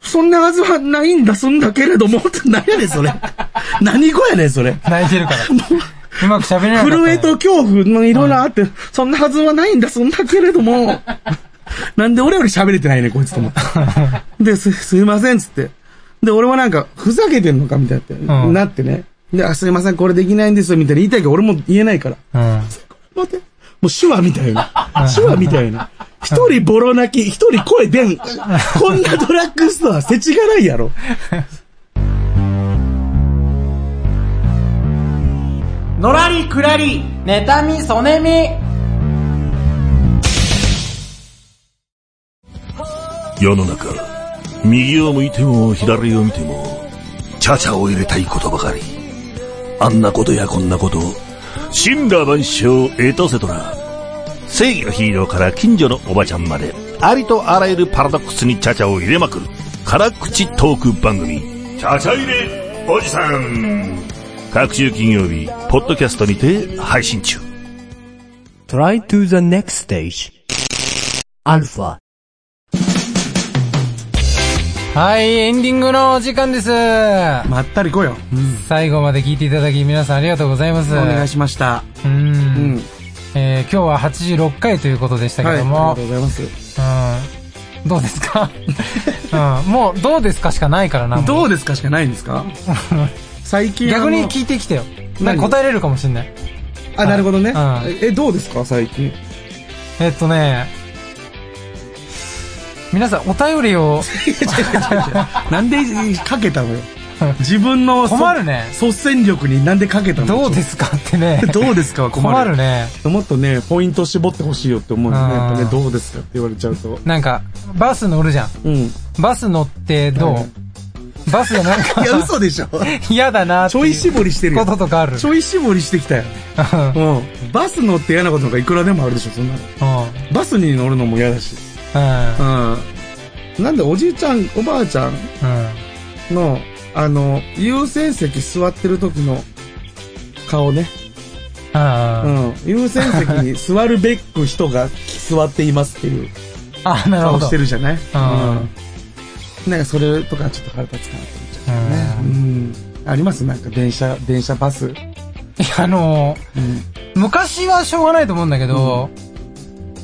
[SPEAKER 1] そんなはずはないんだ、すんだけれども、 って何やねん、それ。何語やねん、それ。
[SPEAKER 2] 泣いて るから。うまく喋れない。
[SPEAKER 1] 震えと。恐怖の色があって、そんなはずはないんだ、そんだけれど も。なんで俺より喋れてないね、こいつと思って。 で、す、すいません、つって。で、俺もなんか、ふざけてんのか、みたいな、
[SPEAKER 2] うん
[SPEAKER 1] なってね。で、あすいません、これできないんですよ、みたいな言いたいけど、俺も言えないから。
[SPEAKER 2] うん。
[SPEAKER 1] 待って。もう手話みたいな。手話みたいな。一人ボロ泣き、一人声出 ん。こんなドラッグストア、せちがないやろ。
[SPEAKER 2] のらりくらり、妬み、そねみ。
[SPEAKER 6] 世の中、右を向いても左を見ても、チャチャを入れたいことばかり。あんなことやこんなこと、神羅万象、エトセトラ。正義のヒーローから近所のおばちゃんまで、ありとあらゆるパラドックスにチャチャを入れまくる、辛口トーク番組、チャチャ入れおじさん。各週金曜日、ポッドキャストにて配信中。
[SPEAKER 4] Try to the next stage. Alpha.
[SPEAKER 2] はい、エンディングのお時間です。
[SPEAKER 1] まったりこよ。
[SPEAKER 2] 最後まで聞いていただき、皆さんありがとうございます。
[SPEAKER 1] お願いしました。
[SPEAKER 2] う。
[SPEAKER 1] うんん。
[SPEAKER 2] えー今日は86回ということでした
[SPEAKER 1] はい、あ
[SPEAKER 2] け
[SPEAKER 1] り
[SPEAKER 2] ど
[SPEAKER 1] が
[SPEAKER 2] も
[SPEAKER 1] とう、ございます。
[SPEAKER 2] うん。どうですかうん。もう、どうですかしかないからな。もう
[SPEAKER 1] どうですかしかないんですか 最近あの
[SPEAKER 2] 逆に聞いてきてよ。なん
[SPEAKER 1] 何
[SPEAKER 2] か答えれるかもしんない。
[SPEAKER 1] あ、なるほどね
[SPEAKER 2] うん。
[SPEAKER 1] え、どうですか最近。
[SPEAKER 2] えっとね、皆さんお便りを、
[SPEAKER 1] なんでかけた のよ。自分のそ
[SPEAKER 2] 困るね
[SPEAKER 1] 率先力になんでかけたの。
[SPEAKER 2] どうですすかってね
[SPEAKER 1] どうですかは困る。
[SPEAKER 2] 困るね。
[SPEAKER 1] もっとね、ポイント絞ってほしいよって思うんですね。
[SPEAKER 2] うん
[SPEAKER 1] やっぱね、どうですかって言われちゃうと。
[SPEAKER 2] なんか、バス乗るじゃん。
[SPEAKER 1] うん。 い
[SPEAKER 2] バス乗ってどうバスがな んか、
[SPEAKER 1] や、嘘でしょ
[SPEAKER 2] 嫌だなって
[SPEAKER 1] ちょ
[SPEAKER 2] い
[SPEAKER 1] いう絞りしてる
[SPEAKER 2] こ
[SPEAKER 1] よ。
[SPEAKER 2] ととかある。
[SPEAKER 1] ちょい絞りしてきたよ。
[SPEAKER 2] うん
[SPEAKER 1] うん。バス乗って嫌なことなんかいくらでもあるでしょ、そんなの。
[SPEAKER 2] うん
[SPEAKER 1] バスに乗るのも嫌だし。
[SPEAKER 2] うん
[SPEAKER 1] うん。なんでおじいちゃん、おばあちゃん
[SPEAKER 2] うん
[SPEAKER 1] の、あの、優先席座ってる時の顔ね。
[SPEAKER 2] うん
[SPEAKER 1] うん。優先席に座るべく人が座っていますっていう
[SPEAKER 2] あ、なるほ
[SPEAKER 1] 顔
[SPEAKER 2] ど。
[SPEAKER 1] してるじゃないうん
[SPEAKER 2] あ。
[SPEAKER 1] なんかそれとかちょっと腹立つかなと思っち
[SPEAKER 2] う
[SPEAKER 1] ゃうね。うんん。ありますなんか電車、電車バス。うん。
[SPEAKER 2] いや、あのー、昔はしょうがないと思うんだけど、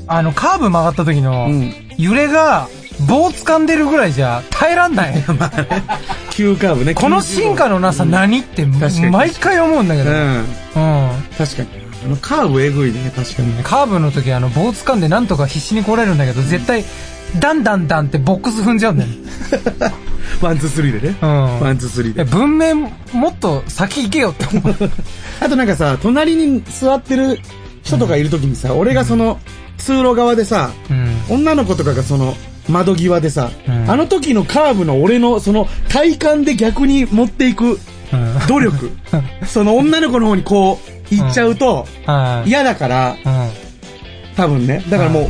[SPEAKER 2] あの、カーブ曲がった時の
[SPEAKER 1] うん、
[SPEAKER 2] 揺れが、棒掴んでるぐらいじゃ耐えらんない。
[SPEAKER 1] 急カーブね。
[SPEAKER 2] この
[SPEAKER 1] 急急
[SPEAKER 2] 進化のなさ何って
[SPEAKER 1] 確かに
[SPEAKER 2] 毎回思うんだけ
[SPEAKER 1] う
[SPEAKER 2] ど。うん。
[SPEAKER 1] ん。確かに。あの、カーブえぐいね、確かに。
[SPEAKER 2] カーブの時あの棒掴んでなんとか必死に来れるんだけど、絶対、ダンダンダンってボックス踏んじゃうんだよね。
[SPEAKER 1] ワン、ツー、スリーでね。
[SPEAKER 2] うん
[SPEAKER 1] ワン、ツー、スリー
[SPEAKER 2] いや
[SPEAKER 1] で。
[SPEAKER 2] 文明もっと先行けよって思う。
[SPEAKER 1] あとなんかさ、隣に座ってる人とかいるときにさ、俺がその、通路側でさ、
[SPEAKER 2] うん。
[SPEAKER 1] 女の子とかがその、窓際でさ、
[SPEAKER 2] うん
[SPEAKER 1] あの時のカーブの俺のその体感で逆に持っていく
[SPEAKER 2] うん。
[SPEAKER 1] 努 力。その女の子の方にこう、行っちゃうと
[SPEAKER 2] はい。
[SPEAKER 1] 嫌だから、
[SPEAKER 2] うん。
[SPEAKER 1] 多分ね。だからもう、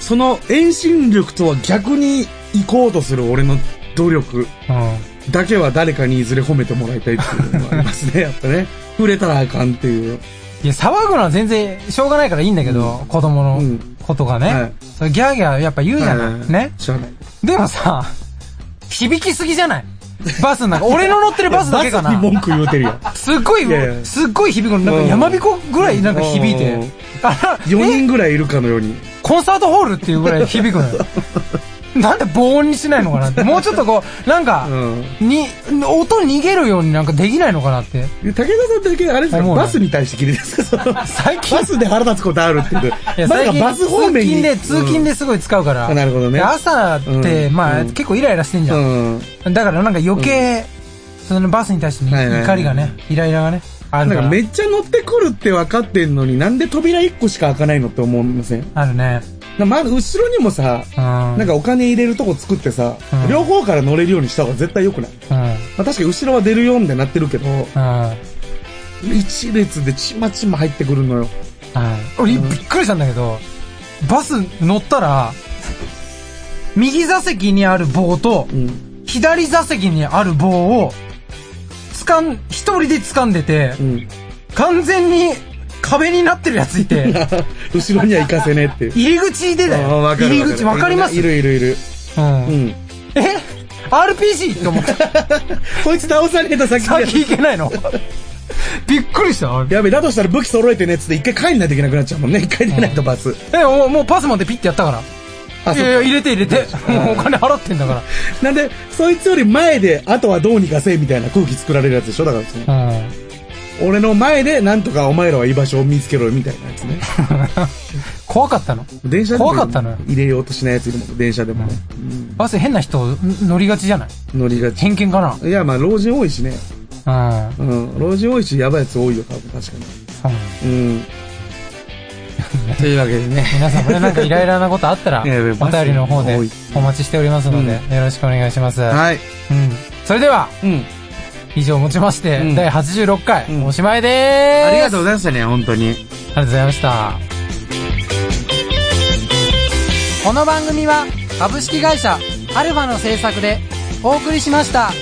[SPEAKER 1] その遠心力とは逆に行こうとする俺の努力
[SPEAKER 2] うん。
[SPEAKER 1] だけは誰かにいずれ褒めてもらいたいっていうのがあります ね、やっぱね。触れたらあかんっていう。
[SPEAKER 2] いや、騒ぐのは全然しょうがないからいいんだけど、子供の
[SPEAKER 1] うん
[SPEAKER 2] ことがね。
[SPEAKER 1] はい
[SPEAKER 2] それギャーギャーやっぱ言うじゃない、
[SPEAKER 1] はい
[SPEAKER 2] ね。
[SPEAKER 1] しゃあない。
[SPEAKER 2] でもさ、響きすぎじゃないバスの中、俺の乗ってるバスだけか
[SPEAKER 1] バス
[SPEAKER 2] な
[SPEAKER 1] に。文句言うてるよ。
[SPEAKER 2] すっごい
[SPEAKER 1] いやい、や
[SPEAKER 2] すっごい響くの。なんか山彦ぐらいなんか響いて
[SPEAKER 1] うん。
[SPEAKER 2] あ
[SPEAKER 1] 4
[SPEAKER 2] ら、え
[SPEAKER 1] 人ぐらいいるかのように。
[SPEAKER 2] コンサートホールっていうぐらい響く のよ。なんで防音にしないのかなって。もうちょっとこう、なんか
[SPEAKER 1] う、ん。
[SPEAKER 2] に、音逃げるようになんかできないのかなって。
[SPEAKER 1] 武田さんだけ、あれですか、
[SPEAKER 2] 思うね
[SPEAKER 1] バスに対して切れですかその
[SPEAKER 2] 最近
[SPEAKER 1] バスで腹立つことあるっていう。
[SPEAKER 2] いや
[SPEAKER 1] まさ
[SPEAKER 2] 最
[SPEAKER 1] か
[SPEAKER 2] 近
[SPEAKER 1] バス方面に。
[SPEAKER 2] 通勤で、通勤ですごい使うから。
[SPEAKER 1] あなるほどね
[SPEAKER 2] で朝って、
[SPEAKER 1] うん
[SPEAKER 2] まあ、
[SPEAKER 1] うん
[SPEAKER 2] 結構イライラしてんじ
[SPEAKER 1] う
[SPEAKER 2] ゃん。
[SPEAKER 1] ん。うん。
[SPEAKER 2] だからなんか余計、そのバスに対しての
[SPEAKER 1] はいはいはい
[SPEAKER 2] 怒りがね、イライラがね、ある
[SPEAKER 1] なん
[SPEAKER 2] か
[SPEAKER 1] からめ。っちゃ乗ってくるって分かってんのになんで扉1個しか開かないのって思いません
[SPEAKER 2] あるね。
[SPEAKER 1] なまず後ろにもさ、
[SPEAKER 2] うん。な
[SPEAKER 1] なんかお金入れるとこ作ってさ、
[SPEAKER 2] うん
[SPEAKER 1] 両方から乗れるようにした方が絶対良くない、
[SPEAKER 2] うん。
[SPEAKER 1] まあ、確かに後ろは出るようになってるけど、
[SPEAKER 2] うん。
[SPEAKER 1] 一列でちまちま入ってくるのよ。
[SPEAKER 2] うん俺、びっくりしたんだけど、バス乗ったら、右座席にある棒と、
[SPEAKER 1] うん。
[SPEAKER 2] 左座席にある棒を、掴ん、一人で掴んでて、
[SPEAKER 1] うん。
[SPEAKER 2] 完全に壁になってるやついて、。
[SPEAKER 1] 後ろには行かせねえっていう
[SPEAKER 2] 入り口でだ
[SPEAKER 1] あー
[SPEAKER 2] よ。入り口わかります
[SPEAKER 1] いるいるいる。
[SPEAKER 2] うん
[SPEAKER 1] うん。
[SPEAKER 2] え ?RPG って思った。
[SPEAKER 1] こいつ倒さねえと先に
[SPEAKER 2] 先行けないの。びっくりした。
[SPEAKER 1] やべえ、だとしたら武器揃えてねっつって一回帰んないといけなくなっちゃうもんね。一回出ないとバス。
[SPEAKER 2] え、もう、もうパス持ってピッてやったか
[SPEAKER 1] あ、
[SPEAKER 2] ら。い
[SPEAKER 1] そ
[SPEAKER 2] やいや、
[SPEAKER 1] う
[SPEAKER 2] 入れて入れて。 もうお金払ってんだか
[SPEAKER 1] なんで、そいつより前で、あとはどうにかせえみたいな空気作られるやつでしょだからその、
[SPEAKER 2] ら。うん。
[SPEAKER 1] 俺の前でなんとかお前らは居場所を見つけろよみたいなやつ ね。
[SPEAKER 2] 怖かったの。
[SPEAKER 1] 電車でも
[SPEAKER 2] 怖かったのよ。
[SPEAKER 1] 入れようとしないやついるもん、電車でもね。
[SPEAKER 2] バス変な人ん乗りがちじゃない
[SPEAKER 1] 乗りがち。
[SPEAKER 2] 偏見か
[SPEAKER 1] いや、まあ、老人多いしね。
[SPEAKER 2] なうん。うん
[SPEAKER 1] うん。老人多いし、やばいやつ多いよ、多分、確かに。うん。というわけでね。
[SPEAKER 2] 皆さんこれなんかイライラなことあったら、お
[SPEAKER 1] いやいやバス
[SPEAKER 2] 便りの方で
[SPEAKER 1] 多い
[SPEAKER 2] お待ちしておりますので、よろしくお願いします。
[SPEAKER 1] はい。
[SPEAKER 2] うん。それでは、
[SPEAKER 1] うん。
[SPEAKER 2] 以上をもちまして、
[SPEAKER 1] うん
[SPEAKER 2] 第86回、
[SPEAKER 1] うん
[SPEAKER 2] おしまいでーす。
[SPEAKER 1] ありがとうございましたね、本当に。
[SPEAKER 2] ありがとうございました。この番組は株式会社アルファの制作でお送りしました。